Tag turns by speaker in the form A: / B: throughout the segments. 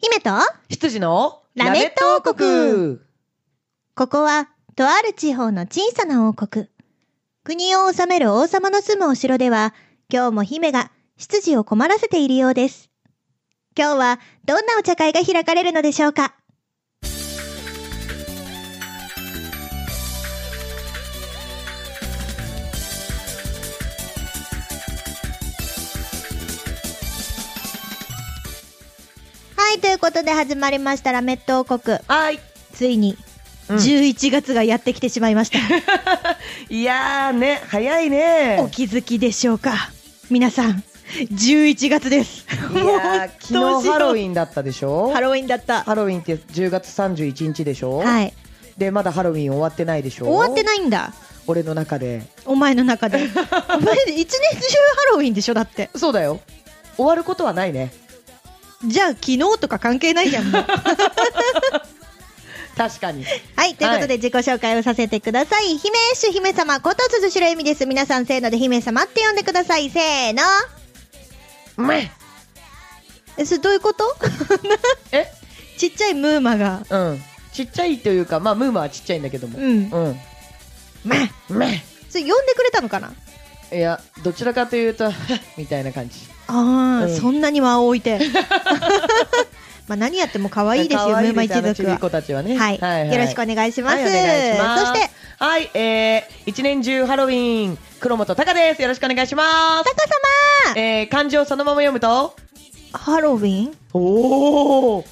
A: 姫と、
B: 羊の
A: ラメット王国ここは、とある地方の小さな王国。国を治める王様の住むお城では、今日も姫が執事を困らせているようです。今日は、どんなお茶会が開かれるのでしょうかはい、ということで始まりましたラメット王国。
B: はい。
A: ついに、
B: うん
A: 11月がやってきてしまいました。
B: いやーね、早いね。
A: お気づきでしょうか皆さん、11月です。
B: いやー
A: ど
B: 昨
A: うし
B: 日
A: よう
B: ハロウィンだったでしょ
A: ハロウィンだった。
B: ハロウィンって10月31日でしょ
A: はい。
B: で、まだハロウィン終わってないでしょ
A: 終わって
B: い
A: ないんだ。
B: 俺の中で。
A: お前の中で。お前、一年中ハロウィンでしょだって。
B: そうだよ。終わることはないね。
A: じゃあ、昨日とか関係ないじゃん。もう
B: 確かに。
A: はい。ということで、自己紹介をさせてください。姫主姫様こと鈴代恵美です。皆さん、せーので姫様って呼んでください。せーの。
B: うめえ
A: え、それどういうこと
B: え
A: ちっちゃいムーマが。
B: うん。ちっちゃいというか、まあ、ムーマはちっちゃいんだけども。
A: うん。
B: うん。
A: まあ、
B: うめ
A: それ呼んでくれたのかな
B: えいや、どちらかというと、 みたいな感じ。
A: ああ、
B: うん
A: そんなに間を置い て。 まあ何やっても可愛いですよ、
B: 可
A: ム
B: 愛
A: ーマ
B: です
A: 一
B: あのち
A: 族
B: び
A: は
B: っ。子たちはね。
A: はい、よろしくお願いします。
B: はいお願いします
A: そして、
B: はい、えー、一年中ハロウィン、黒本隆です。よろしくお願いします。
A: タカ様
B: えー、漢字をそのまま読むと、
A: ハロウィン、
B: おお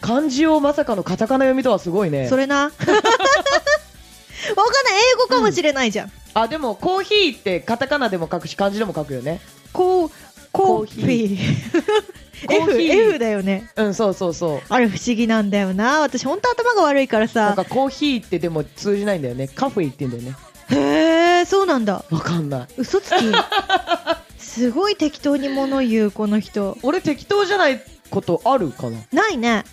B: 漢字をまさかのカタカナ読みとはすごいね
A: そ。れ な。わかんない、英語かもしれないじゃん。
B: あ、でもコーヒーってカタカナでも書くし、漢字でも書くよね。
A: コー、コーヒー。
B: コーヒー
A: F、F だよね。
B: うん、そうそうそう。
A: あれ不思議なんだよな。私本当頭が悪いから
B: なん
A: さ。
B: かコーヒーってでも通じないんだよね。カフェイって言うんだよね。
A: へえ、そうなんだ。
B: わかんない。
A: 嘘 つき。すごい適当に物言う、この人。
B: 俺適当じゃないことあるかな
A: ないね。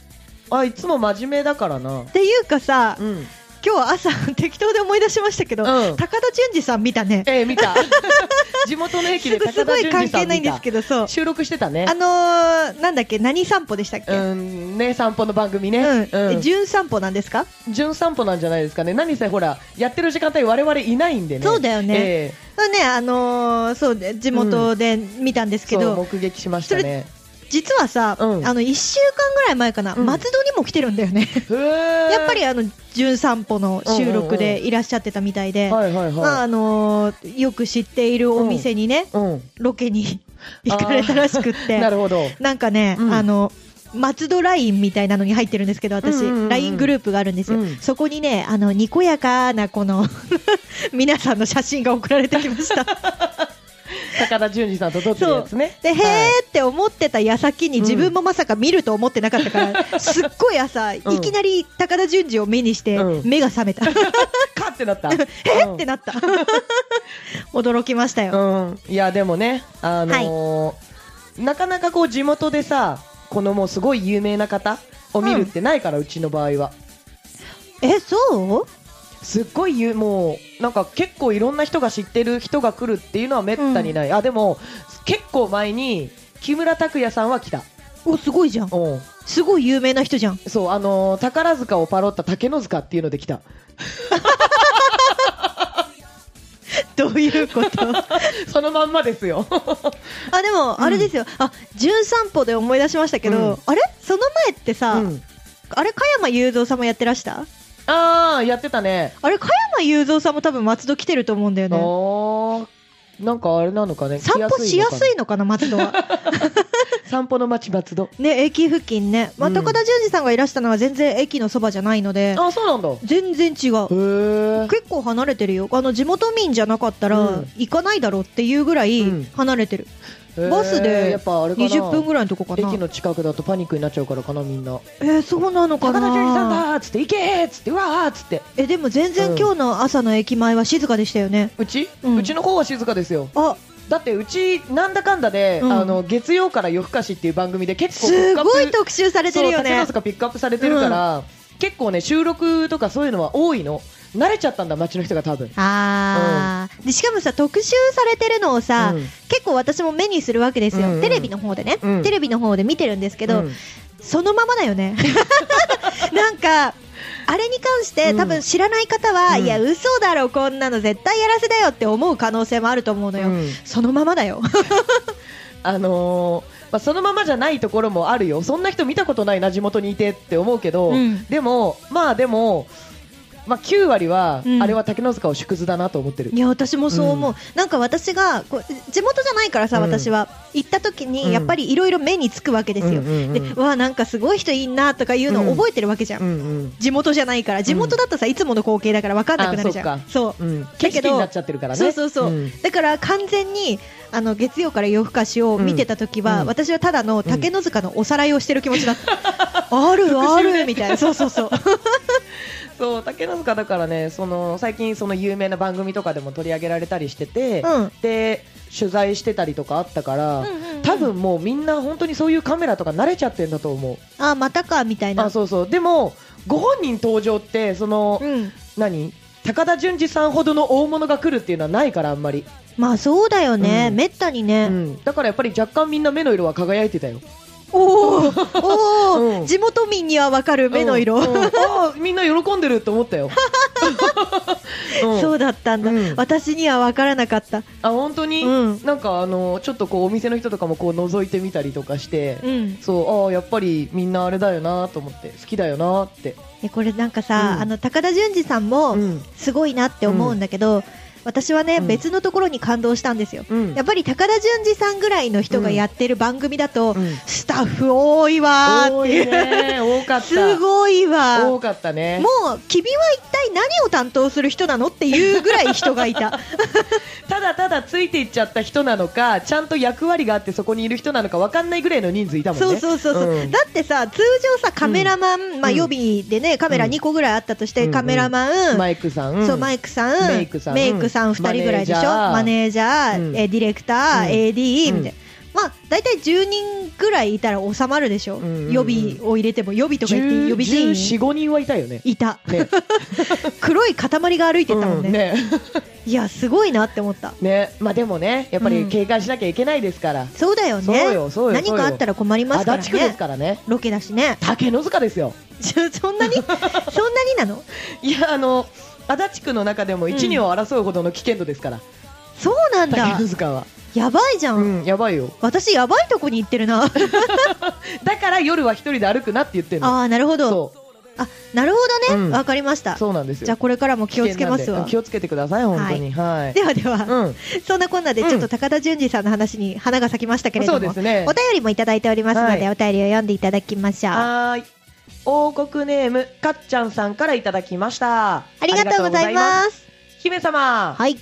B: あ、いつも真面目だからな
A: っ。ていうかさ、
B: うん。
A: 今日朝適当で思い出しましたけど、
B: うん
A: 高田純次さん見たね
B: えー、見 た。地元の駅
A: す
B: で
A: ごい
B: 高
A: す
B: 田
A: ご
B: 純
A: い
B: 次
A: 関
B: さ
A: 係
B: ん
A: ないん
B: 見
A: で
B: た
A: す。けどそう
B: 収録してたね
A: あ。のー、なんだっけ何散歩でしたっけ、
B: うん、ね、散歩の番組ね。
A: うん
B: う
A: え。
B: ん
A: 純散歩なんですか
B: 純散歩なんじゃないですかね。何せほら、やってる時間帯我々いないんでね。
A: そうだよね
B: え
A: そうねあのーそうね地元で見たんです
B: え
A: け
B: そう、
A: ど、
B: 目撃しましたね。
A: 実はさ、
B: うん
A: あの1週間ぐらい前かな、
B: うん
A: 松戸にも来てるんだよねや
B: や
A: っぱ、りあの純散歩の収録でいらっしゃってたみたいで、
B: はいはい
A: まあ
B: は
A: あのーよく知っているお店にね、
B: い。うん。
A: ロケに行かれたらしくっ
B: な
A: て
B: るほど。
A: なんかね、
B: うん
A: あの松戸ラインみたいなのに入ってるんですけど私、
B: うんうんうんうん
A: LINE グループがあるんですよ、
B: うん
A: そこにねあのにこやかなこの 皆さんの写真が送られてきました
B: 高田純次さんと撮ってるやつね。
A: でへ
B: はい
A: ーって思ってた矢先に
B: うん
A: 自分もまさか見ると思ってなかったから、 すっごい朝、いきなり高田純次を目にして
B: うん
A: 目が覚 めた、
B: カッて なった。
A: え
B: え
A: ってなった 驚きましたよ、
B: うん。いや、でもね、あのー、なかなかこう地元でさ、このもうすごい有名な方を見るってないから、うちの場合は。
A: えそう
B: すっごい言うもうなんか結構いろんな人が知ってる人が来るっていうのはめったにない、あでも結構前に木村拓哉さんは来た、
A: おすごいじゃん
B: うん、
A: すごい有名な人じゃん
B: そうあのー宝塚をパロった竹の塚っていうので来た
A: どういうこと
B: そのまんまですよ
A: あでも、
B: ん
A: あれですよ、あ純散歩で思い出しましたけど、
B: うん
A: あれその前って
B: あ、
A: さ、
B: うん、
A: あれ、加山雄三さんもやってらした
B: あーやってたね
A: あれ、加山雄三さんも多分松戸来てると思うんだよ
B: あ
A: ね。
B: ーなんかあれなのかね
A: 散歩しやす
B: い
A: いのかな、松戸は。
B: 散歩の街松戸
A: ね、駅付近ね。まあ、
B: うん
A: 高田純次さんがいらしたのは全然駅のそばじゃないので、
B: あそうなんだへ
A: 全然違う。
B: え
A: 結構離れてるよ。あの、地元民じゃなかったら、
B: うん
A: 行かないだろうっていうぐらい
B: うん
A: 離れてる。バスで
B: やっぱあれかな
A: 20分ぐらいのとこかな。
B: 駅の近くだとパニックになっちゃうからかなみんな
A: えーそうなのか
B: 高
A: な
B: 田純次さんだーっつって行けーっつってうわーっつって
A: え、でも全然今日の朝の駅前は静かでしたよね。
B: うち、
A: う
B: うんちの方は静かですよ
A: あ、
B: だってうちなんだかんだで、
A: うん
B: あの月曜から夜更かしっていう番組で結構
A: す
B: ピックアップ
A: ごい特集されてるよ
B: そう竹
A: ね
B: の。塚ピックアップされてるから、結構ね収録とかそういうのは多いの慣れちゃったんだ町の人が多分
A: あー、でしかもさ特集されてるのをさ、
B: うん
A: 結構私も目にするわけですよ、
B: うんうん
A: テレビの方でね、
B: うん
A: テレビの方で見てるんですけど、
B: うん
A: そのままだよ ねなんかあれに関して、
B: うん
A: 多分知らない方は、
B: うん
A: いや嘘だろこんなの絶対やらせだよって思う可能性もあると思うのよ、
B: うん
A: そのままだよ
B: あのーまあ、そのままじゃないところもあるよそんな人見たことないな地元にいてって思うけど、
A: うん
B: でもまあでも、まあ、9割は、
A: うん
B: あれは竹の塚を縮図だなと思ってる
A: いや私もそう思う、
B: うん
A: なんか私がこう地元じゃないからさ、
B: うん
A: 私は行った時
B: う
A: に
B: ん
A: やっぱりいろいろ目につくわけですよ、
B: うんうんうん
A: でわあなんかすごい人いいなとかいうのを覚えてるわけじゃん
B: うんうん
A: 地元じゃないから地元だとさ、いつもの光景だから分かんなくなるじゃ
B: あ
A: ん
B: そっか
A: そう
B: うん、
A: けど
B: 景色になっちゃってるからね
A: そうそうそう、
B: ん
A: だから完全にあの月曜から夜更かしを見てた時は、
B: うん
A: 私はただの竹の塚のおさらいをしてる気持ちだった、 あるあるみたいなそうそうそう
B: そう竹の塚だからねその最近その有名な番組とかでも取り上げられたりしてて、
A: うん
B: で取材してたりとかあったから、
A: うんうんうん
B: 多分もうみんな本当にそういうカメラとか慣れちゃってんだと思う
A: あまたかみたいな
B: あそうそうでもご本人登場ってその、
A: うん、
B: 何高田純次さんほどの大物が来るっていうのはないからあんまり、
A: まあそうだよね、
B: うん
A: めったに
B: う
A: ね、
B: ん、だからやっぱり若干みんな目の色は輝いてたよ
A: おーおー、
B: うん
A: 地元民には分かる目の色、
B: うんうんああみんな喜んでると思ったよ、うん
A: そうだったんだ、
B: うん
A: 私には分からなかった
B: あ本当に、
A: うん
B: なんかあのちょっとこうお店の人とかもこう覗いてみたりとかして、
A: うん
B: そうああやっぱりみんなあれだよなと思って好きだよなって、
A: えこれなんかさ、
B: うん
A: あの高田純次さんも
B: うん
A: すごいなって思うんだけど、私はね、
B: うん
A: 別のところに感動したんですよ、
B: うん
A: やっぱり高田純次さんぐらいの人がやってる番組だと、
B: うん
A: スタッフ多いわーっ
B: 多
A: て
B: い
A: いう、
B: ね多かった
A: すごいわ
B: 多
A: も
B: かったね
A: う君は一体何を担当する人なのっていうぐらい人がいた
B: ただただついていっちゃった人なのかちゃんと役割があってそこにいる人なのか分かんないぐらいの人数いたもんね
A: そうそうそうそう、
B: ん
A: だってさ通常さカメラマン、まあ
B: うん
A: 予備でねカメラ2個ぐらいあったとして、
B: うん
A: カメラマン、
B: マイクさん
A: そうマイクさん、
B: メイクさん
A: 2人ぐらいでしょ、マ
B: マ
A: ネ
B: ネ
A: ージャー、
B: うん
A: えディレクター、
B: うん
A: AD
B: うん
A: みたいな、まあ大体10人ぐらいいたら収まるでしょ、
B: うんうんうん
A: 予備を入れても、予備とか言って、予備人員
B: 1415人はいたよね
A: いた、
B: ね
A: 黒い塊が歩いてったもんね、
B: うんね
A: いや、すごいなって思った、
B: ねまあでもねやっぱ
A: う
B: り
A: ん
B: 警戒しなきゃいけないですから、
A: そうだよね、
B: そうよそうよ
A: 何かあったら困ります
B: 足
A: から
B: 立区です
A: ね、
B: からね
A: ロケだしね、
B: 竹の塚ですよ
A: ちょそんなに、そんなになの、
B: いやあの足立区の中でも一二を争うほどの危険度ですから、
A: そう なんだ
B: 竹の、塚は
A: やばいじゃん、
B: うんやばいよ
A: 私、やばいとこに行ってるな、
B: だから夜は一人で歩くなって言ってるの
A: ああ、なるほど。
B: そ
A: あなるほどね、
B: うん
A: わ、かりました
B: うそうなんですよ
A: じゃあこれからも気をつけますわ
B: 危険なんでうん気をつけてください本当にはい、
A: ではでは、
B: うん
A: そんなこんなでちょっと高田純次さんの話に花が咲きましたけれども、
B: そうですね
A: お便りもいただいておりますので、
B: はい
A: お便りを読んでいただきましょうあ
B: はーい王国ネームかっちゃんさんからいただきました
A: りがとうござい
B: ありがとうございま
A: ます
B: す姫様
A: はい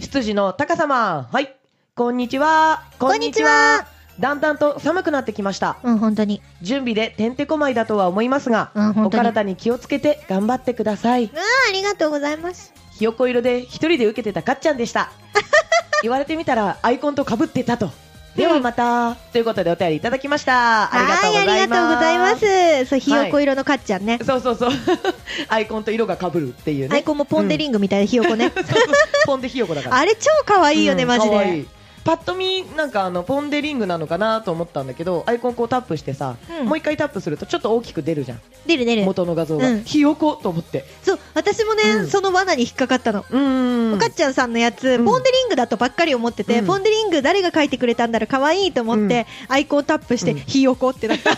B: 執事の高様はいこんにちは
A: こんにちは
B: だんだんと寒くなってきました
A: うん本当に
B: 準備でてんてこまいだとは思いますが、
A: うん本
B: お
A: 当にあ
B: 体に気をつけて頑張ってください
A: ありがとうございます
B: ひよこ色で一人で受けてたかっちゃんでした 言われてみたらアイコンとかぶってたとではまた、ということでお便りいただきましたありがとうご
A: は
B: ざ
A: いあ
B: い
A: りがとうございま
B: ま
A: すすそうひよこ色のかっちゃんね、
B: そうそうそう アイコンと色がかぶるっていう
A: アイ
B: ね
A: コンもポンデリングみたいなひよこね、
B: ポンデひよこだから
A: あれ超可愛いよね、
B: うん
A: マジ
B: 可愛
A: で
B: いパッと見なんかあのポン・デ・リングなのかなと思ったんだけどアイコンこうタップしてさ、
A: うん
B: もう一回タップするとちょっと大きく出るじゃん
A: 出る出る
B: 元の画像が、
A: うん
B: ひよこと思って
A: そう私もね、
B: うん
A: その罠に引っかかったの
B: うーん
A: かっちゃんさんのやつ、
B: うん
A: ポン・デ・リングだとばっかり思ってて、
B: うん
A: ポン・デ・リング誰が書いてくれたんだろう可愛いと思って、アイコンタップして、
B: うん
A: ひよこってなった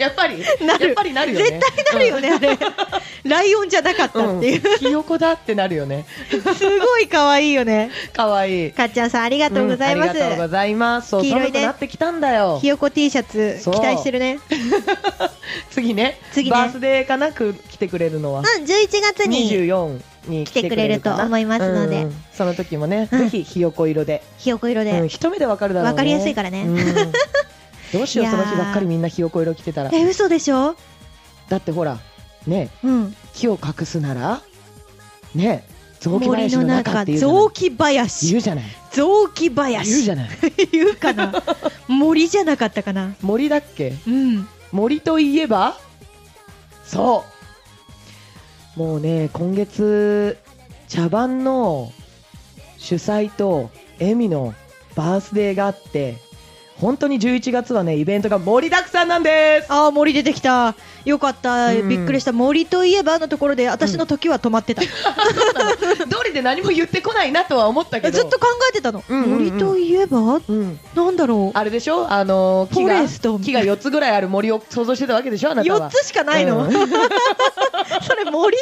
B: やっぱり
A: なる
B: やっぱりなるよね
A: 絶対なるよね、あれライオンじゃなかったっていう、
B: うんひよこだってなるよね
A: すごい可愛いよね
B: かわいい
A: かっちゃんさんありがとうございま
B: うんあ
A: す、
B: りがとうございますそう
A: 黄色いね
B: 寒くなってきたんだよ
A: ひよこ T シャツ期
B: そう
A: 待してるね
B: 次ね
A: 次ね
B: バースデーかなく来てくれるのは
A: うん11月に
B: 24に来てくれるかな
A: 来てくれると思いますので
B: うんその時もね、
A: うん
B: ぜひひよこ色で
A: ひよこ色で、
B: うん、一目でわかるだろうね
A: わかりやすいからね
B: うんどうしよう
A: いや
B: そ
A: ー
B: の日ばっかりみんなひよこ色着てたら
A: え嘘でしょ
B: だってほらね
A: うん
B: 木を隠すならね雑木
A: 森
B: 林の
A: の
B: 中
A: 中
B: っていうじゃない
A: 雑木林
B: 言うじゃない
A: 雑木
B: 言う
A: 林
B: じゃない
A: 言うかな森じゃなかったかな
B: 森だっけ
A: うん
B: 森といえばそうもうね今月茶番の主催とエミのバースデーがあって本当に11月はねイベントが盛りだくさんなんです
A: ああ森出てきたよかった、
B: うん
A: びっくりした森といえばのところで私の時は止まってた、
B: どれで何も言ってこないなとは思ったけど
A: ずっと考えてたの、
B: うんうんうん
A: 森といえば
B: うん、
A: なんだろう
B: あれでしょあのー木
A: フォ
B: が
A: レスト
B: 木が4つぐらいある森を想像してたわけでしょあなた
A: 4
B: は
A: つしかないの、
B: う ん
A: それ森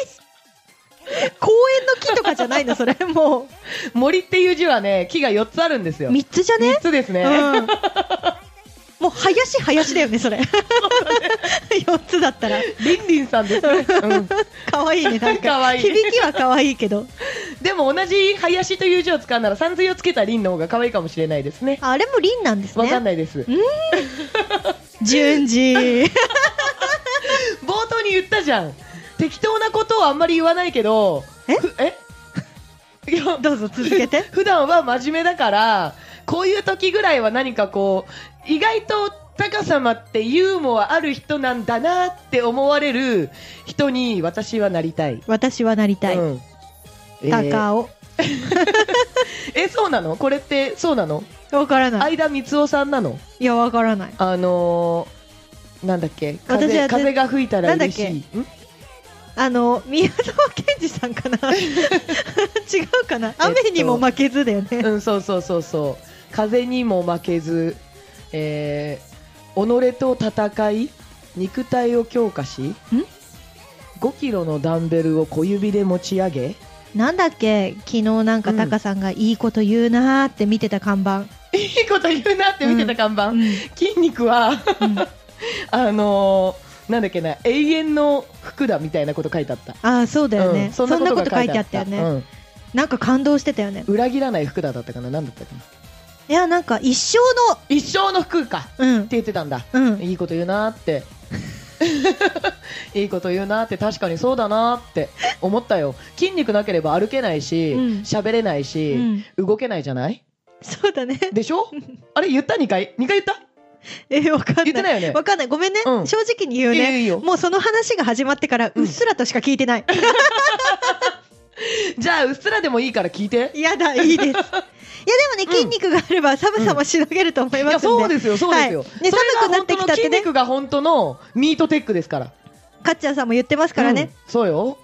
A: 公園の木とかじゃないのそれも
B: 森っていう字はね木が4つあるんです
A: う
B: よ
A: 3つじゃね
B: 3つですね、
A: うんもう林林だよねそれ4つだったら
B: リンリンさんですね、うん
A: 可愛いねなんか
B: 可愛い
A: 響きは可愛いけど
B: でも同じ林という字を使うならさんずいをつけたリンの方が可愛いかもしれないですね
A: あれも凛なんです
B: わか
A: ね
B: んないです
A: 順次
B: 冒頭に言ったじゃん適当なことをあんまり言わないけど
A: え
B: ふえいや
A: どうぞ続けて
B: 普段は真面目だからこういう時ぐらいは何かこう意外と高様ってユーモアある人なんだなって思われる人に私はなりたい。
A: 私はなりたい、
B: うんえー
A: 高尾
B: えそうなのこれってそうなの
A: わからない
B: 相田光夫さんなの
A: いやわからない
B: あのー、なんだっけ
A: 私
B: 風
A: は
B: 風が吹いたら嬉しい
A: なん
B: ん
A: あの宮沢賢治さん かな違うかな雨にも負けずだよね、
B: うん、そうそうそうそう。風にも負けず、えー、己と戦い、肉体を強化し、5キロのダンベルを小指で持ち上げ、
A: なんだっけ昨日なんか
B: うん
A: タカさんがいいこと言うなーって見てた看板、
B: いいこと言うなって見てた看板。
A: うん
B: 筋肉は、
A: うんあ
B: あのーなんだっけな、永遠の服だみたいなこと書いてあった。
A: あそうだよね、
B: うん
A: そんなこと書いてあったよね、
B: うん
A: なんか感動してたよね
B: 裏切らない服だだったかな、なんだったかな。
A: いやなんか一生
B: 一生の服かって
A: のうん
B: 言ってたんだ。
A: うん
B: いいこと言うなーって。 いいこと言うなーって確かにそうだなーって思ったよ筋肉なければ歩けないし
A: うん
B: 喋、れないし、
A: うん
B: 動けないじゃない
A: そうだね
B: でしょあれ言った2回2回言った
A: えわかんない
B: 言ってないよね
A: わかんないごめんね、
B: うん
A: 正直に言う
B: いいよ
A: ね
B: いいよ
A: もうその話が始まってからうっすらとしか聞いてない、
B: じゃあうっすらでもいいから聞いて
A: いやだいいですいやでもね
B: うん
A: 筋肉があれば寒さもしのげると思い
B: い
A: ますん
B: や
A: で、
B: そうですよそうですよ、
A: はいね
B: それが
A: 寒くなってきたってね
B: 本当の筋肉が本当のミートテックですから
A: かっちゃんさんも言ってますからね、
B: うんそ うよ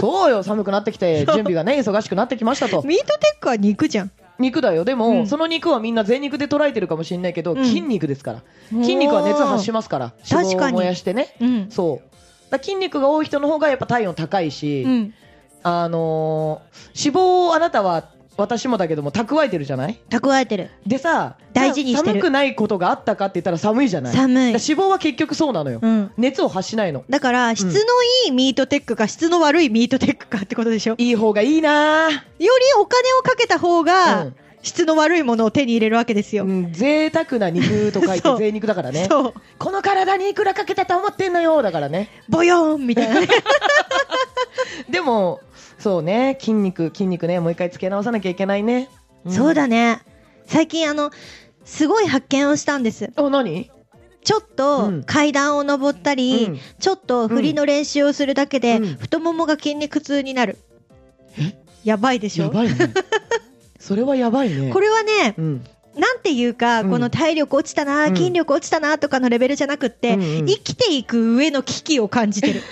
B: そうよ寒くなってきて
A: そう
B: 準備がね忙しくなってきましたと
A: ミートテックは肉じゃん
B: 肉だよでも、
A: うん
B: その肉はみんな全肉で捉えてるかもしれないけど、
A: うん
B: 筋肉ですから筋肉は熱発しますから
A: 確かに
B: 脂肪を燃やしてね
A: うん、
B: そうだから筋肉が多い人の方がやっぱ体温高いし、
A: うん、
B: あのー脂肪をあなたは私もだけども蓄えてるじゃない
A: 蓄えてる
B: でさ
A: 大事にしてる
B: 寒くないことがあったかって言ったら寒いじゃない
A: 寒い
B: だから脂肪は結局そうなのよ、
A: うん
B: 熱を発しないの
A: だから質のいいミートテックか質の悪いミートテックかってことでしょより
B: いい方がいいなぁ
A: お金をかけた方
B: う
A: が
B: ん
A: 質の悪いものを手に入れるわけですよ、
B: うん、贅沢な肉と書いて
A: そう
B: 贅肉だからね
A: そう
B: この体にいくらかけたと思ってんのよだからね
A: ボヨーンみたいなね
B: でもそうね筋肉筋肉ねもう一回つけ直さなきゃいけないね、ん
A: そうだね最近あのすごい発見をしたんです
B: お何
A: ちょっ
B: う
A: と
B: ん
A: 階段を上ったり、
B: うん
A: ちょっと振りの練習をするだけで、
B: うん
A: 太ももが筋肉痛になる
B: え
A: やばいでし
B: や
A: ょ
B: ばい ねそれはやばいね
A: これはね
B: うん
A: なんていうか、
B: うん
A: この体力落ちたな、
B: うん
A: 筋力落ちたなとかのレベルじゃなくって、
B: うんうん
A: 生きていく上の危機を感じて る。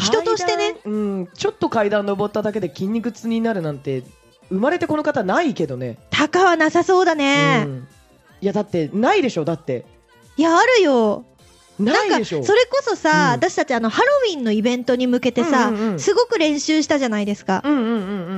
A: 人としてね
B: 階段うんちょっと階段登っただけで筋肉痛になるなんて生まれてこの方ないけどね、
A: 高はなさそうだね。
B: うんいやだってないでしょだって
A: いや、あるよ。
B: な
A: なん
B: い
A: か、
B: でし
A: そ
B: ょ
A: れこそさ、
B: うん
A: 私たちあの、ハロウィンのイベントに向けてさ、
B: うんうんうん
A: すごく練習したじゃないですか。
B: うんうんう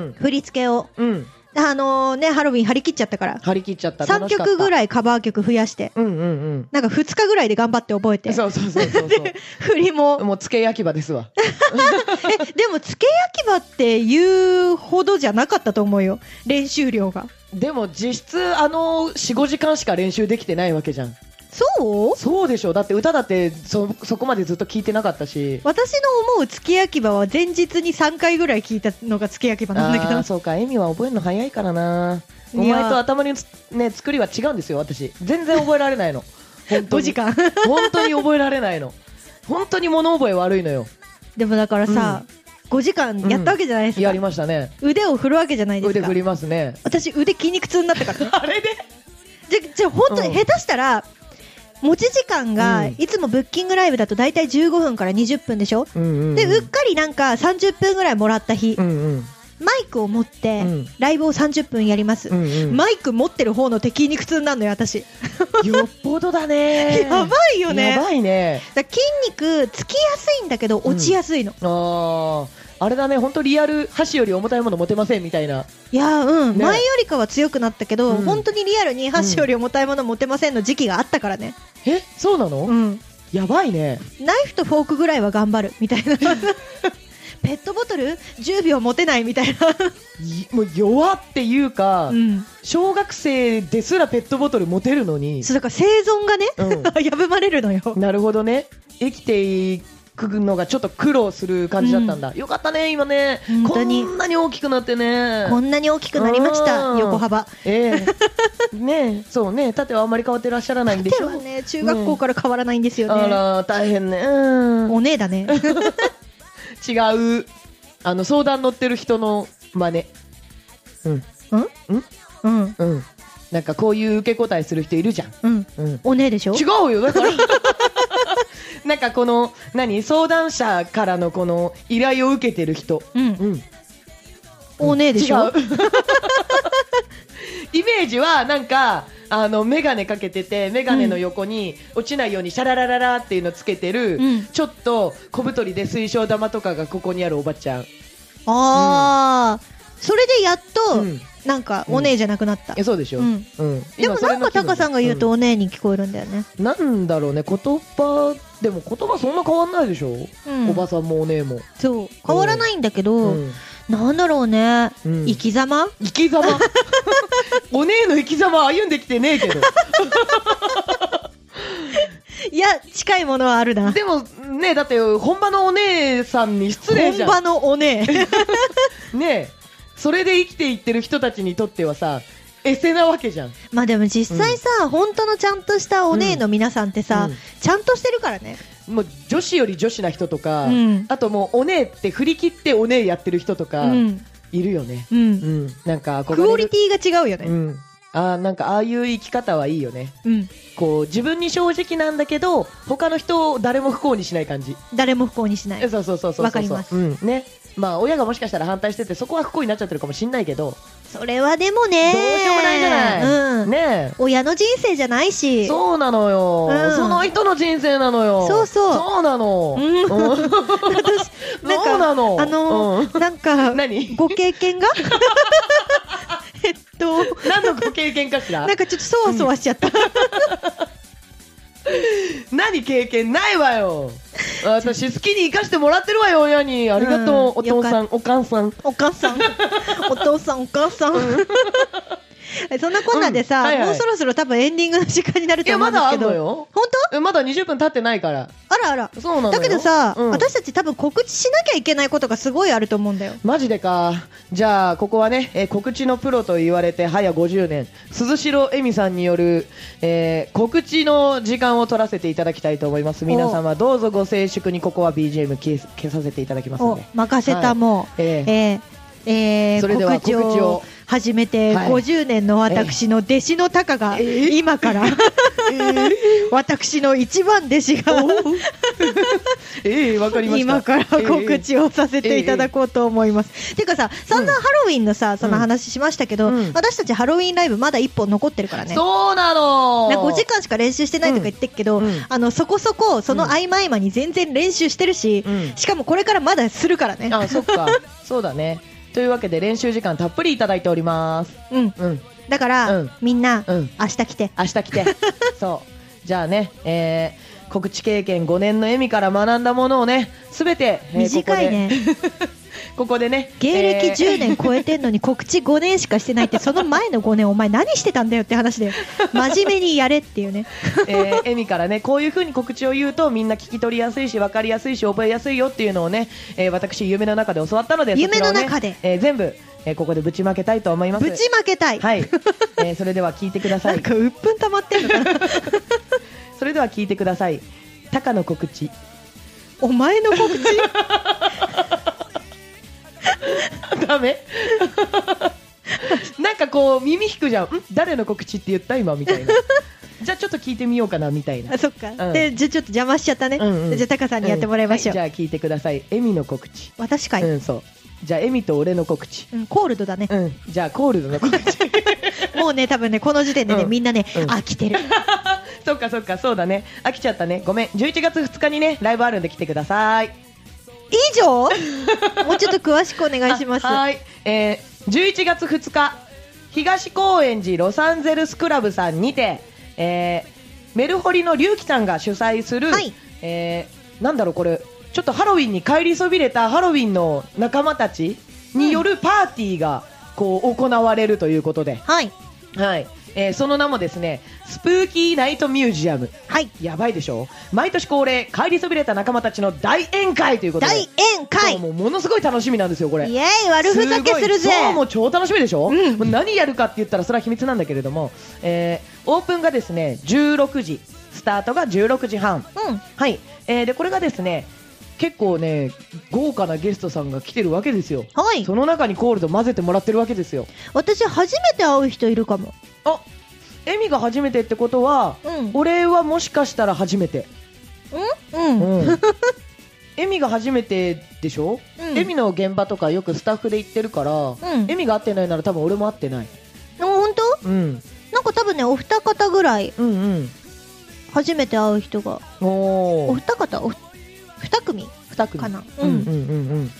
B: ん
A: 振り付けを。
B: うんうん
A: あのね、ハロウィン張り切っちゃったから。
B: 張り切っちゃった
A: 3曲ぐ
B: い
A: らいカバー曲増やして。
B: うんうん
A: なんか2日ぐらいで頑張って覚え
B: うん
A: て。
B: そうそうそうそ うそ
A: 振り
B: う
A: も。
B: もうつけ焼き場ですわ
A: え、でも、付け焼き場って言うほどじゃなかったと思うよ。練習量が。
B: でも実質あの45時間しか練習できてないわけじゃん
A: そう
B: そうでしょだって歌だってそそこまでずっと聞いてなかったし
A: 私の思う付け焼き場は前日に3回ぐらい聞いたのが付け焼き場なんだけ
B: あ
A: ど
B: ーそうかエミは覚えるの早いからない
A: や
B: お前と頭につね作りは違うんですよ私全然覚えられ ないの本当
A: 5
B: に
A: 時間
B: 本当に覚えられないの本当に物覚え悪いのよ
A: でもだからさ、5時間やったわけじゃないですか、
B: やりましたね
A: 腕を振るわけじゃないです
B: 腕
A: か
B: 振ります ね
A: 私腕筋肉痛になったからね
B: あれで
A: じゃじゃあ本当に下手したら、持ち時間が
B: うん
A: いつもブッキングライブだと大体15分から20分でしょ、
B: うんうん
A: でうっかりなんか30分ぐらいもらった日、
B: うんうん
A: マイクを持って
B: うん
A: ライブを30分やります、
B: うんうん
A: マイク持ってる方の手筋肉痛になるのよ私、
B: よっぽどだね
A: やばいよね
B: やばいね
A: だから筋肉つきやすいんだけど落ちやすいの、
B: あーあれだね本当リアル箸より重たいもの持てませんみたいない
A: やーうん、
B: ね
A: 前よりかは強くなったけど、
B: うん
A: 本当にリアルに箸より重たいもの持てませんの時期があったからね、
B: えそうなの、
A: うん、
B: やばいね
A: ナイフとフォークぐらいは頑張るみた いなペットボトル10秒持てないみたい
B: いもう弱っていうか、
A: な、うん、
B: 小学生ですらペットボトル持てるのに
A: そうだから生存がね、 破まれるのよ
B: なるほどね生きていくのがちょっと苦労する感じだったんだ、よかったね今ね
A: 本当に
B: こんなに大きくなってね
A: こんなに大きくなりました
B: うん
A: 横幅
B: ええねえそうね縦はあんまり変わってらっしゃらないんでし
A: 手
B: ょ
A: はね中学校から変わらないんですよ
B: あ
A: ね、
B: ら大変ねうん
A: おねえだね
B: 違うあの相談乗ってる人の真似うん
A: うん
B: うんなんかこういう受け答えする人いるじゃん、
A: うん
B: うん、
A: おねえでしょ
B: 違うよだから なんかこの何相談者からのこの依頼を受けてる人
A: うん
B: うん
A: おねえでしょ
B: 違う イメージはなんかあの眼鏡かけてて眼鏡の横に落ちないようにシャララララっていうのつけてる、
A: うん
B: ちょっと小太りで水晶玉とかがここにあるおばちゃん、
A: ああ、それでやっと、
B: うん
A: なんかおねえじゃなくなった、
B: えそうでしょ、
A: うん
B: うん
A: でも
B: 今そ
A: な
B: れ
A: ん
B: の
A: か
B: 気分
A: タカさんが言うと
B: う
A: おねえに聞こえるんだよね、
B: んなんだろうね言葉でも言葉そんな変わんないでしょ、
A: うん
B: おばさんもお姉も、
A: そう変わらないんだけど、
B: うん
A: なんだろうね、
B: うん
A: 生き様
B: 生き様お姉の生き様歩んできてねえ けど
A: いや近いものはあるな
B: でもねだって本場のお姉さんに失礼じゃ
A: 本
B: ん
A: 場のおねえ
B: ねえそれで生きていってる人たちにとってはさエセなわけじゃん
A: まあでも実際さ、本当のちゃんとしたおねえの皆さんってさ、
B: うん
A: ちゃんとしてるからね
B: もう女子より女子な人とか、
A: うん
B: あともうお姉って振り切ってお姉やってる人と
A: う
B: か
A: ん、
B: いるよね、
A: う
B: うん
A: ん、
B: なんか憧れる
A: クオリティが違うよ
B: う
A: ね
B: ん、あーなんかああいう生き方はいいよね
A: うん、
B: こう自分に正直なんだけど他の人を誰も不幸にしない感じ
A: 誰も不幸にしない
B: えそうそうそうそうそう
A: わかります
B: うんねまあ親がもしかしたら反対しててそこは不幸になっちゃってるかもしんないけど、
A: それはでもね
B: どうしようもないじゃない、
A: うん
B: ね
A: 親の人生じゃない
B: え
A: し
B: そうなのよ、
A: うん
B: その人の人生なのよ
A: そうそう
B: そうなの、
A: うん
B: そ う
A: 私なんか
B: なの
A: あのーなんか
B: うん、何
A: ご経験が えっと
B: 何のご経験かしら
A: なんかちょっとそわそわしちゃった、
B: 何経験ないわよ私好きに生かしてもらってるわよ親にありがとう、
A: うん
B: お父さんお母さん
A: お母さんお父さんお母さん そんなこんなでさ、
B: うんはいはい
A: もうそろそろ多分エンディングの時間になる
B: い
A: と
B: や
A: 思う
B: ま
A: んです
B: だあ
A: け
B: る
A: ど
B: のよ
A: 本
B: えまだ20分経ってないから
A: 当あらあら
B: そうなのよ
A: だけどさ、
B: うん
A: 私たち多分告知しなきゃいけないことがすごいあると思うんだよ
B: マジでか。じゃあ、ここはね、えー告知のプロと言われて、早50年、鈴代恵美さんによる、えー告知の時間を取らせていただきたいと思います。皆様、どうぞご静粛に、ここは BGM 消す消させていただきますの
A: お
B: で。
A: 任せたもう、
B: えー
A: えーえー
B: それでは
A: 告知
B: 告知
A: を
B: を
A: 始めて
B: はい
A: 50年の私の弟子のタカが
B: えー
A: 今から 私の一番弟子が
B: えー、わかりました。
A: 今から告知をさせていただこうと思います。てかさ、散々ハロウィンのさ、その話しましたけど、
B: うん
A: 私たちハロウィンライブまだ一本残ってるから
B: えー
A: ね。
B: そうなの
A: なんか5時間しか練習してないとか言ってっけど、
B: うんうん
A: あのそこそこその合間合間に全然練習してるし、
B: うん
A: しかもこれからまだするからね。
B: あ、そっか。そうだね。というわけで、練習時間たっぷりいただいております。
A: うん。
B: うん。
A: だから、
B: うん
A: みんな、
B: うん
A: 明日来て。
B: 明日来て そうじゃあね、えー告知経験5年のエミから学んだものをねすべて、 えー
A: 短いね。
B: ここでここでね
A: 芸歴10
B: え
A: 年超えてんのに告知5年しかしてない って、その前の5年お前何してたんだよって話で、真面目にやれって いうね。
B: ーえーエミからねこういう風に告知を言うとみんな聞き取りやすいし分かりやすいし覚えやすいよっていうのをね、えー私夢の中で教わったので
A: 夢の
B: そちらをね
A: 中で
B: えー全部、えーここでぶちまけたいと思います
A: ぶちまけたい。
B: はい、えーそれでは聞いてくださ
A: なん
B: い
A: か鬱憤 溜まってんのかな
B: それでは聞いてくださいタカの告知
A: お前の告 知
B: ダメなんかこう耳引くじゃんん誰の告知って言った今みた いなじゃあちょっと聞いてみようかなみたいな
A: あそっか、
B: うん
A: でじゃあちょっと邪魔しちゃったね、
B: うんうん
A: じゃあタカさんにやってもらいましょう、
B: はいじゃあ聞いてくださいエミの告知、
A: 私かい、
B: うんそうじゃあエミと俺の告知
A: うんコールドだね、
B: うんじゃあコールドの告 知
A: もうね多分ねこの時点でね、
B: うん
A: みんなね、
B: うん
A: 飽きてる
B: そっかそっかそうだね飽きちゃったねごめん11月2日にねライブあるんで来てください
A: 以 上もうちょっと詳しくお願いします
B: あはい、えー、11月2日東高円寺ロサンゼルスクラブさんにて、えーメルホリの龍樹さんが主催する、
A: はい
B: えーなんだろうこれちょっとハロウィンに帰りそびれたハロウィンの仲間たちによるパーティーがこう行われるということで、
A: はい
B: はいえーその名もですねスプーキーナイトミュージアム
A: はい
B: やばいでしょ毎年恒例帰りそびれた仲間たちの大宴会ということで
A: 大宴会
B: もうものすごい楽しみなんですよこれ
A: イエーイ悪ふざけするぜ
B: ごいそうもう超楽しみでしょ、
A: うん
B: もう何やるかって言ったらそれは秘密なんだけれども、えーオープンがですね16時スタートが16時半
A: うん
B: はい、えーでこれがですね結構ね豪華なゲストさんが来てるわけですよ
A: はい
B: その中にコールド混ぜてもらってるわけですよ
A: 私初めて会う人いるかも
B: あエミが初めてってことは
A: うん
B: 俺はもしかしたら初めて
A: うん、
B: うん エミが初めてでしょ、
A: うん
B: エミの現場とかよくスタッフで行ってるから、
A: ん
B: エミが会ってないなら多分俺も会ってない、
A: 本当
B: うん、
A: なんか多分ねお二方ぐらい
B: うんうん
A: 初めて会う人が
B: お
A: お
B: お
A: 二方おふ二組
B: 2組
A: かな
B: うんうんうんうん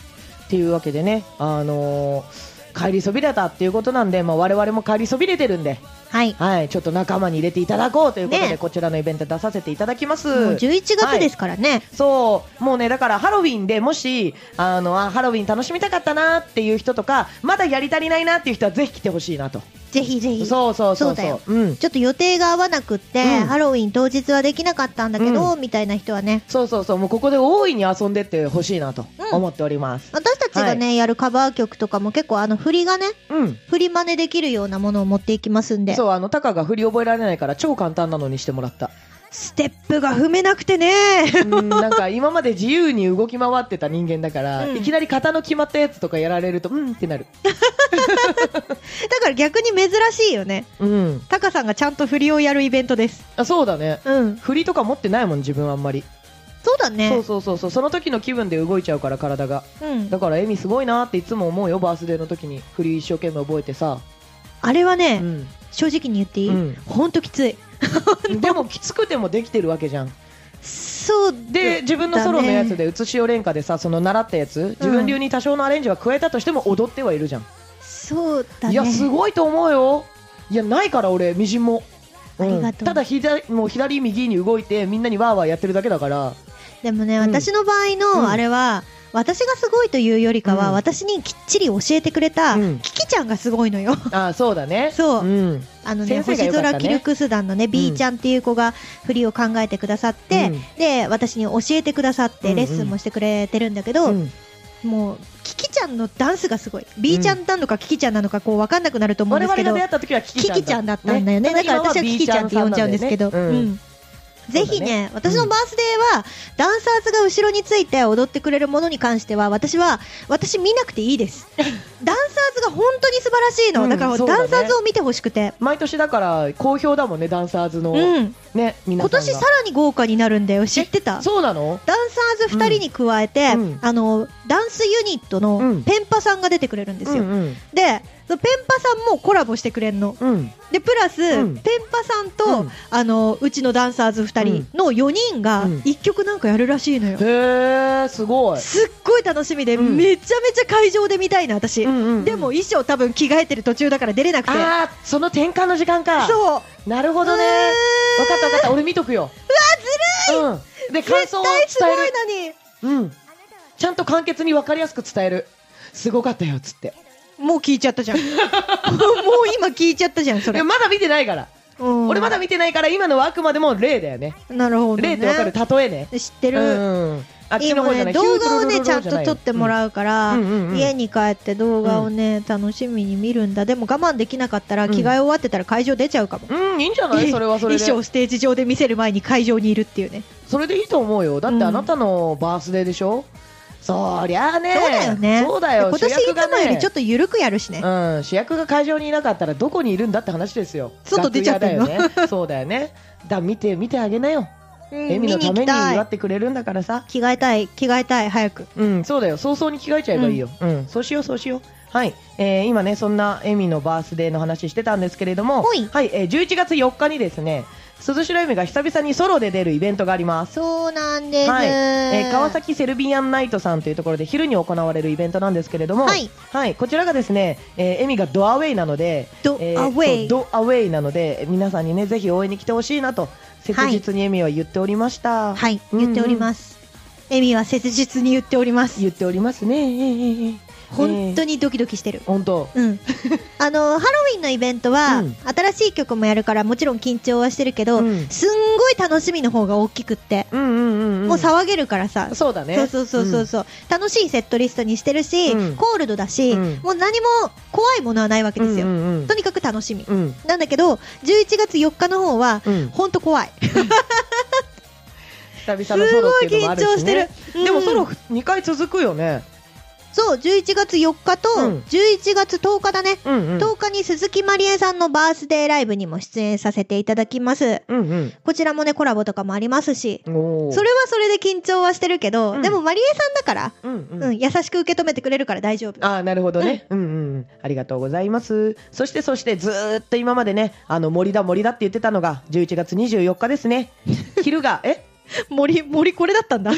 B: っていうわけでねあのー帰りそびれたっていうことなんで、まあ、我々も帰りそびれてるんで、
A: はい
B: はい、ちょっと仲間に入れていただこうということで、
A: ね
B: こちらのイベント出させていただきます
A: もう11月ですからね、
B: そう、もうね、だからハロウィンでもし、あの、あ、ハロウィン楽しみたかったなっていう人とか、まだやり足りないなっていう人はぜひ来てほしいなと。
A: ぜひぜひ
B: そうそう
A: そ
B: そうう
A: だ
B: そ
A: よ
B: う。うん。
A: ちょっと予定が合わなくって、
B: うん
A: ハロウィン当日はできなかったんだけど、みたいな人はね
B: そうそうそう、もうここで大いに遊んでってほしいなと
A: うん
B: 思っております。
A: 私たちがね、やるカバー曲とかも結構あの振りがね
B: うん。
A: 振り真似できるようなものを持っていきますんで
B: そう、あの、タカが振り覚えられないから超簡単なのにしてもらった。
A: ステップが踏めなくてね
B: うん、なんか今まで自由に動き回ってた人間だから、
A: うん
B: いきなり型の決まったやつとかやられると、うんってなる。
A: だから逆に珍しいよね
B: うん。
A: タカさんがちゃんと振りをやるイベントです
B: あ、そうだね。
A: うん
B: 振りとか持ってないもん、自分あんまり。
A: そうだね
B: そうそうそうそう、その時の気分で動いちゃうから、体が。
A: うん
B: だからエミすごいなっていつも思うよバースデーの時に振り一生懸命覚えてさ、
A: あれはね、
B: うん
A: 正直に言っていい、
B: うん
A: ほんときつい
B: でもきつくてもできてるわけじゃん
A: そう
B: で自分のソロのやつで写しお連歌でさその習ったやつ自分流に多少のアレンジは加えたとしても踊ってはいるじゃん、
A: そうだね
B: いやすごいと思うよいやないから俺みじんも、
A: ありがとう
B: ただ左もう左右に動いてみんなにわーわーやってるだけだから
A: でもね、
B: うん
A: 私の場合
B: うん
A: のあれは、私がすごいというよりかは、
B: うん
A: 私にきっちり教えてくれた、
B: うん
A: キキちゃんがすごいのよ
B: ああそうだね
A: そう
B: うん、
A: あのね
B: 先生が
A: 星
B: 良かったね
A: 空キルクス団のね B ちゃんっていう子が振りを考えてくださって、
B: うん
A: で私に教えてくださっ
B: うん
A: て
B: うん
A: レッスンもしてくれてるんだけど、
B: うん
A: もうキキちゃんのダンスがすごい B ちゃんなのかキキちゃんなのかこう分かんなくなると思うんで
B: 我
A: す
B: 々
A: け
B: が
A: ど
B: 出会った時はキ
A: キ
B: キちゃん
A: キちゃんだったんだよね。だから私はキキちゃんって呼んじゃうんですけど。
B: 今は B ちゃんさんなんだよね
A: うんぜひ
B: そうだ
A: ね、私のバースデーは、ダンサーズが後ろについて踊ってくれるものに関しては、私は、私見なくていい です。ダンサーズが本当に素晴らしいの。
B: うん
A: だから、
B: そうだね
A: ダンサーズを見てほしくて。
B: 毎年だから好評だもんねダンサーズの、
A: うん。
B: ね皆
A: 今
B: さんが
A: 年さらに豪華になるんだよ。知ってた
B: そうなの
A: ダンサーズ2人に加えて、
B: うん
A: あの、ダンスユニットの
B: うん
A: ペンパさんが出てくれるんですよ。
B: うん
A: で、そのペンパさんもコラボしてくれんの。
B: うんうん
A: でプラス、
B: うん
A: ペンパさんと、
B: うん
A: あのうちのダンサーズ2人の4人が
B: うん
A: 1曲なんかやるらしいのよ、
B: へえすごい
A: すっごい楽しみで、
B: うん
A: めちゃめちゃ会場で見たいな私、
B: うんうんうん
A: でも衣装多分着替えてる途中だから出れなくて
B: あーその転換の時間か
A: そう
B: なるほどねわかったわかった俺見とくようわずるい、うん、で感
A: 絶
B: 想を
A: 対すご
B: 伝え
A: い
B: る
A: のに
B: うんちゃんと簡潔にわかりやすく伝えるすごかったよっつって
A: もう聞いちゃったじゃん もう今聞いちゃったじゃんそ
B: い
A: れ
B: や、まだ見てないから
A: うん
B: 俺まだ見てないから今のはあくまでも例だよね
A: なるほどね
B: 例ってわかる例えね
A: 知ってる、
B: うんあっちの
A: 今
B: 方じゃな
A: ね
B: い
A: 動画をねちゃんと撮っても
B: う
A: らうから、
B: うんうんうん
A: 家に帰って動画をね、楽しみに見るんだでも我慢できなかったら着替え終わってたら会場出ちゃうかも、
B: うんいいんじゃないそれはそれ
A: 衣
B: で
A: 装をステージ上で見せる前に会場にいるっていうね
B: それでいいと思うよだってあなたのバースデーでしょ、そりゃあね
A: そうだよね
B: そうだよ
A: 今年い
B: 主役が
A: つもよりちょっ
B: ね
A: と緩くやるしね
B: うん、主役が会場にいなかったらどこにいるんだって話ですよ
A: 外出ちゃってんの
B: 楽屋だよねそうだよねだ見て見てあげなよ、
A: うん
B: エミのた
A: 見
B: めに祝
A: た
B: ってくれるんだからさ
A: 着替えたい着替えたい早く
B: うん、そうだよ。早々に着替えちゃえばいいよ。うん、そうしよう、そうしよう。はい、えー今ね、そんなエミのバースデーの話してたんですけれども、
A: ほい
B: はい、えー11月4日にですね、鈴代エミが久々にソロで出るイベントがあります。
A: そうなんです、
B: はい、えー川崎セルビアンナイトさんというところで昼に行われるイベントなんですけれども、
A: はい、
B: こちらがですね、えーエミがドアウェイなので、
A: ド
B: えー
A: アウェイ
B: そうドアウェイなので、皆さんにね、ぜひ応援に来てほしいなと、切実にエミは言っておりました。
A: はい言っております、エミは切実に言っております
B: 言っておりますね。えーえーえー
A: 本当
B: に
A: にドキドキしてる
B: 本当
A: うん、 あのハロウィンのイベントは、
B: うん
A: 新しい曲もやるからもちろん緊張はしてるけど、
B: うん
A: すんごい楽しみの方が大きくって、
B: うんうんうんうん
A: もう騒げるからさ
B: そうだね
A: そうそうそうそうそう楽しいセットリストにしてるし、
B: うん
A: コールドだし、
B: うん
A: もう何も怖いものはないわけですよ、
B: うんうん
A: とにかく楽しみ、
B: うんうん
A: なんだけど11月4日の方は、
B: うん
A: ほんと怖い
B: 久々のソロっていうのもあるし、ね、
A: すごい緊張してるうん
B: でもソロ2回続くよね
A: そう11月4日と
B: うん
A: 11月10日だね、
B: うんうん
A: 10日に鈴木まりえさんのバースデーライブにも出演させていただきます
B: うん
A: こちらもね、コラボとかもありますし、
B: うんおー
A: それはそれで緊張はしてるけど、
B: うん
A: でもマリエさんだから、
B: うん
A: う
B: うん
A: ん、優しく受け止めてくれるから大丈夫。
B: あーなるほどね、うんうんうんありがとうございますそしてそしてずーっと今までねあの森だ森だって言ってたのが11月24日で すね昼がえ
A: 森、森これだった んだ。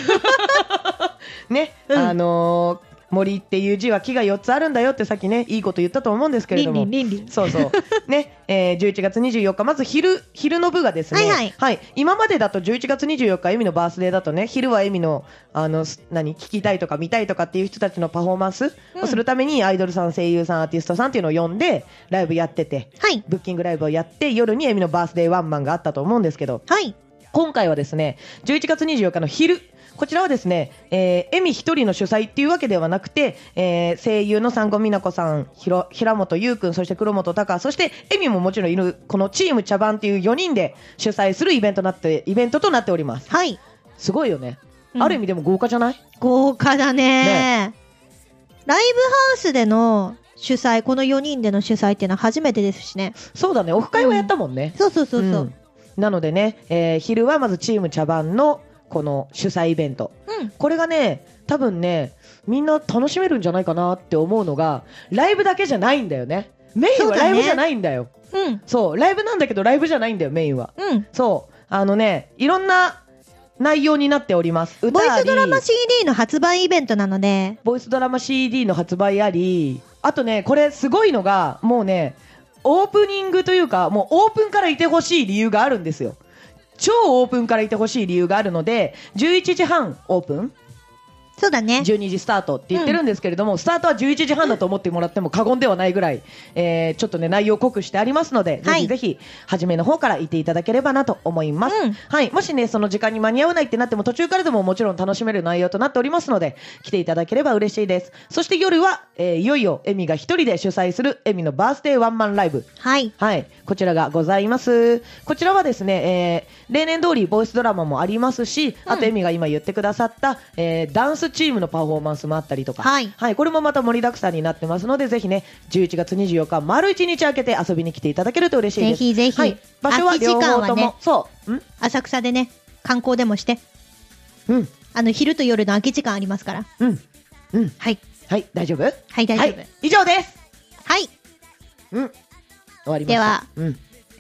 B: ね、
A: うん
B: あのー森っていう字は木が4つあるんだよってさっきねいいこと言ったと思うんですけれ
A: リ
B: ど
A: ン
B: も
A: リンリンリン。
B: そう そう。ね、えー、11月24日、まず昼、昼の部がですね、
A: はいはい
B: 今までだと11月24日、エミのバースデーだとね、昼はエミの、あの、す何、聞きたいとか見たいとかっていう人たちのパフォーマンスをするために、アイドルさん、声優さん、アーティストさんっていうのを呼んで、ライブやってて、
A: はい。
B: ブッキングライブをやって、夜にエミのバースデーワンマンがあったと思うんですけど、
A: はい。
B: 今回はですね、11月24日の昼、こちらはですね、えー、エミ一人の主催っていうわけではなくて、えー、声優の産後美奈子さん、ひろ平本優くん、そして黒本隆、そしてエミももちろんいる、このチーム茶番っていう4人で主催するイベントなって、イベントとなっております。
A: はい。
B: すごいよね。
A: うん
B: ある意味でも豪華じゃない、
A: 豪華だねライブハウスでの主催、この4人での主催っていうのは初めてですしね。
B: そうだね、オフ会はやったもんね。
A: そうそうそうそう。
B: んなのでね、えー昼はまずチーム茶番のこの主催イベント、
A: うん
B: これがね多分ねみんな楽しめるんじゃないかなって思うのがライブだけじゃないんだよねメイン
A: そう
B: は
A: だね
B: ライブじゃないんだよ
A: うん。
B: そうライブなんだけどライブじゃないんだよメインは
A: うん。
B: そうあのねいろんな内容になっております
A: ボイ
B: 歌あ
A: ス
B: り
A: ドラマ CD の発売イベントなので、
B: ボイスドラマ CD の発売ありあとねこれすごいのがもうねオープニングというかもうオープンからいてほしい理由があるんですよ超オープンからいてほしい理由があるので11時半オープン
A: そうだね。
B: 12時スタートって言ってるんですけれども、スタートは11時半だと思ってもらっても過言ではないぐらい、えーちょっとね内容濃くしてありますので、
A: はい
B: ぜひぜひ初めの方からいていただければなと思います、
A: うん
B: はい、もしねその時間に間に合わないってなっても途中からでももちろん楽しめる内容となっておりますので来ていただければ嬉しいですそして夜は、えーいよいよエミが一人で主催するエミのバースデーワンマンライブ
A: はい。
B: はい、こちらがございます。こちらはですね、えー例年通りボイスドラマもありますし、あとエミが今言ってくださった、えーダンスチームのパフォーマンスもあったりとか、
A: はい
B: これもまた盛りだくさんになってますので、ぜひね、11月24日、丸1日明けて遊びに来ていただけると嬉しいです。
A: ぜひぜひ
B: はい、場所は
A: 空き時
B: 両
A: 間は
B: 方
A: ね
B: とも、そう、ん
A: 浅草でね、観光でもして、
B: うん、
A: あの、昼と夜の空き時間ありますから。
B: うん、うん、
A: はい。
B: はい、大丈夫
A: はい、大丈夫。
B: はい、以上です。
A: はい。
B: うん、終わりました。
A: では
B: うん、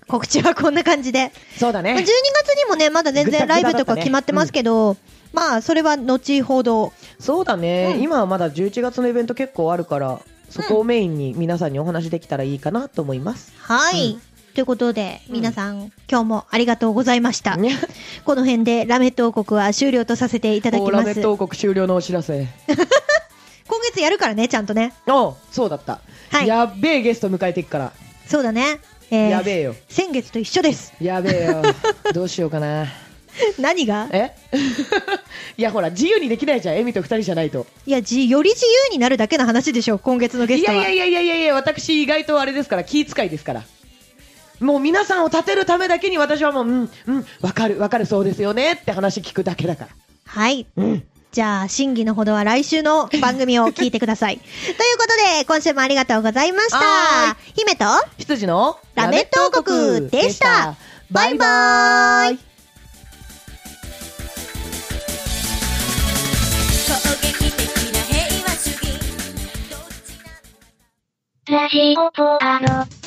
A: 告知はこんな感じで。
B: そうだ
A: まあ12
B: ね
A: 月。にもね、まだ全然ライブとか決まってますけど、まあ、それは後ほど。
B: そうだね、
A: うん
B: 今はまだ11月のイベント結構あるからそこをメインに皆さんにお話できたらいいかなと思います。
A: はい。
B: う
A: ということで、
B: うん
A: 皆さん、今日もありがとうございました。
B: ね、
A: この辺でラメット王国は終了とさせていただ
B: オ
A: き
B: ーラ
A: ま
B: メ
A: す。
B: ッ
A: 今
B: ト王国終了のお知らせ。
A: 月やるからね、ちゃんとね。
B: おうそうだった、
A: はい
B: やっべえゲスト迎えてっから、
A: そうだね。えー
B: やべえよ
A: 先月と一緒です。
B: やべえよどうしようかな
A: 何が
B: え いやほら自由にできないじゃんエミと二人じゃないと
A: いや、じ、より自由になるだけの話でしょ、今月のゲ
B: い
A: スト
B: や
A: は。
B: いやいやいやいやいや私意外とあれですから気遣いですからもう皆さんを立てるためだけに私はもううんうんわかるわかるそうですよねって話聞くだけだから
A: はい。
B: うん
A: じゃあ、審議のほどは来週の番組を聞いてください。ということで、今週もありがとうございまし
B: は
A: た。姫と、
B: 羊の
A: ラメット王国でした
B: バイバーイ
C: 攻撃的な平和主義どっちなんだ
D: ラジオポアド。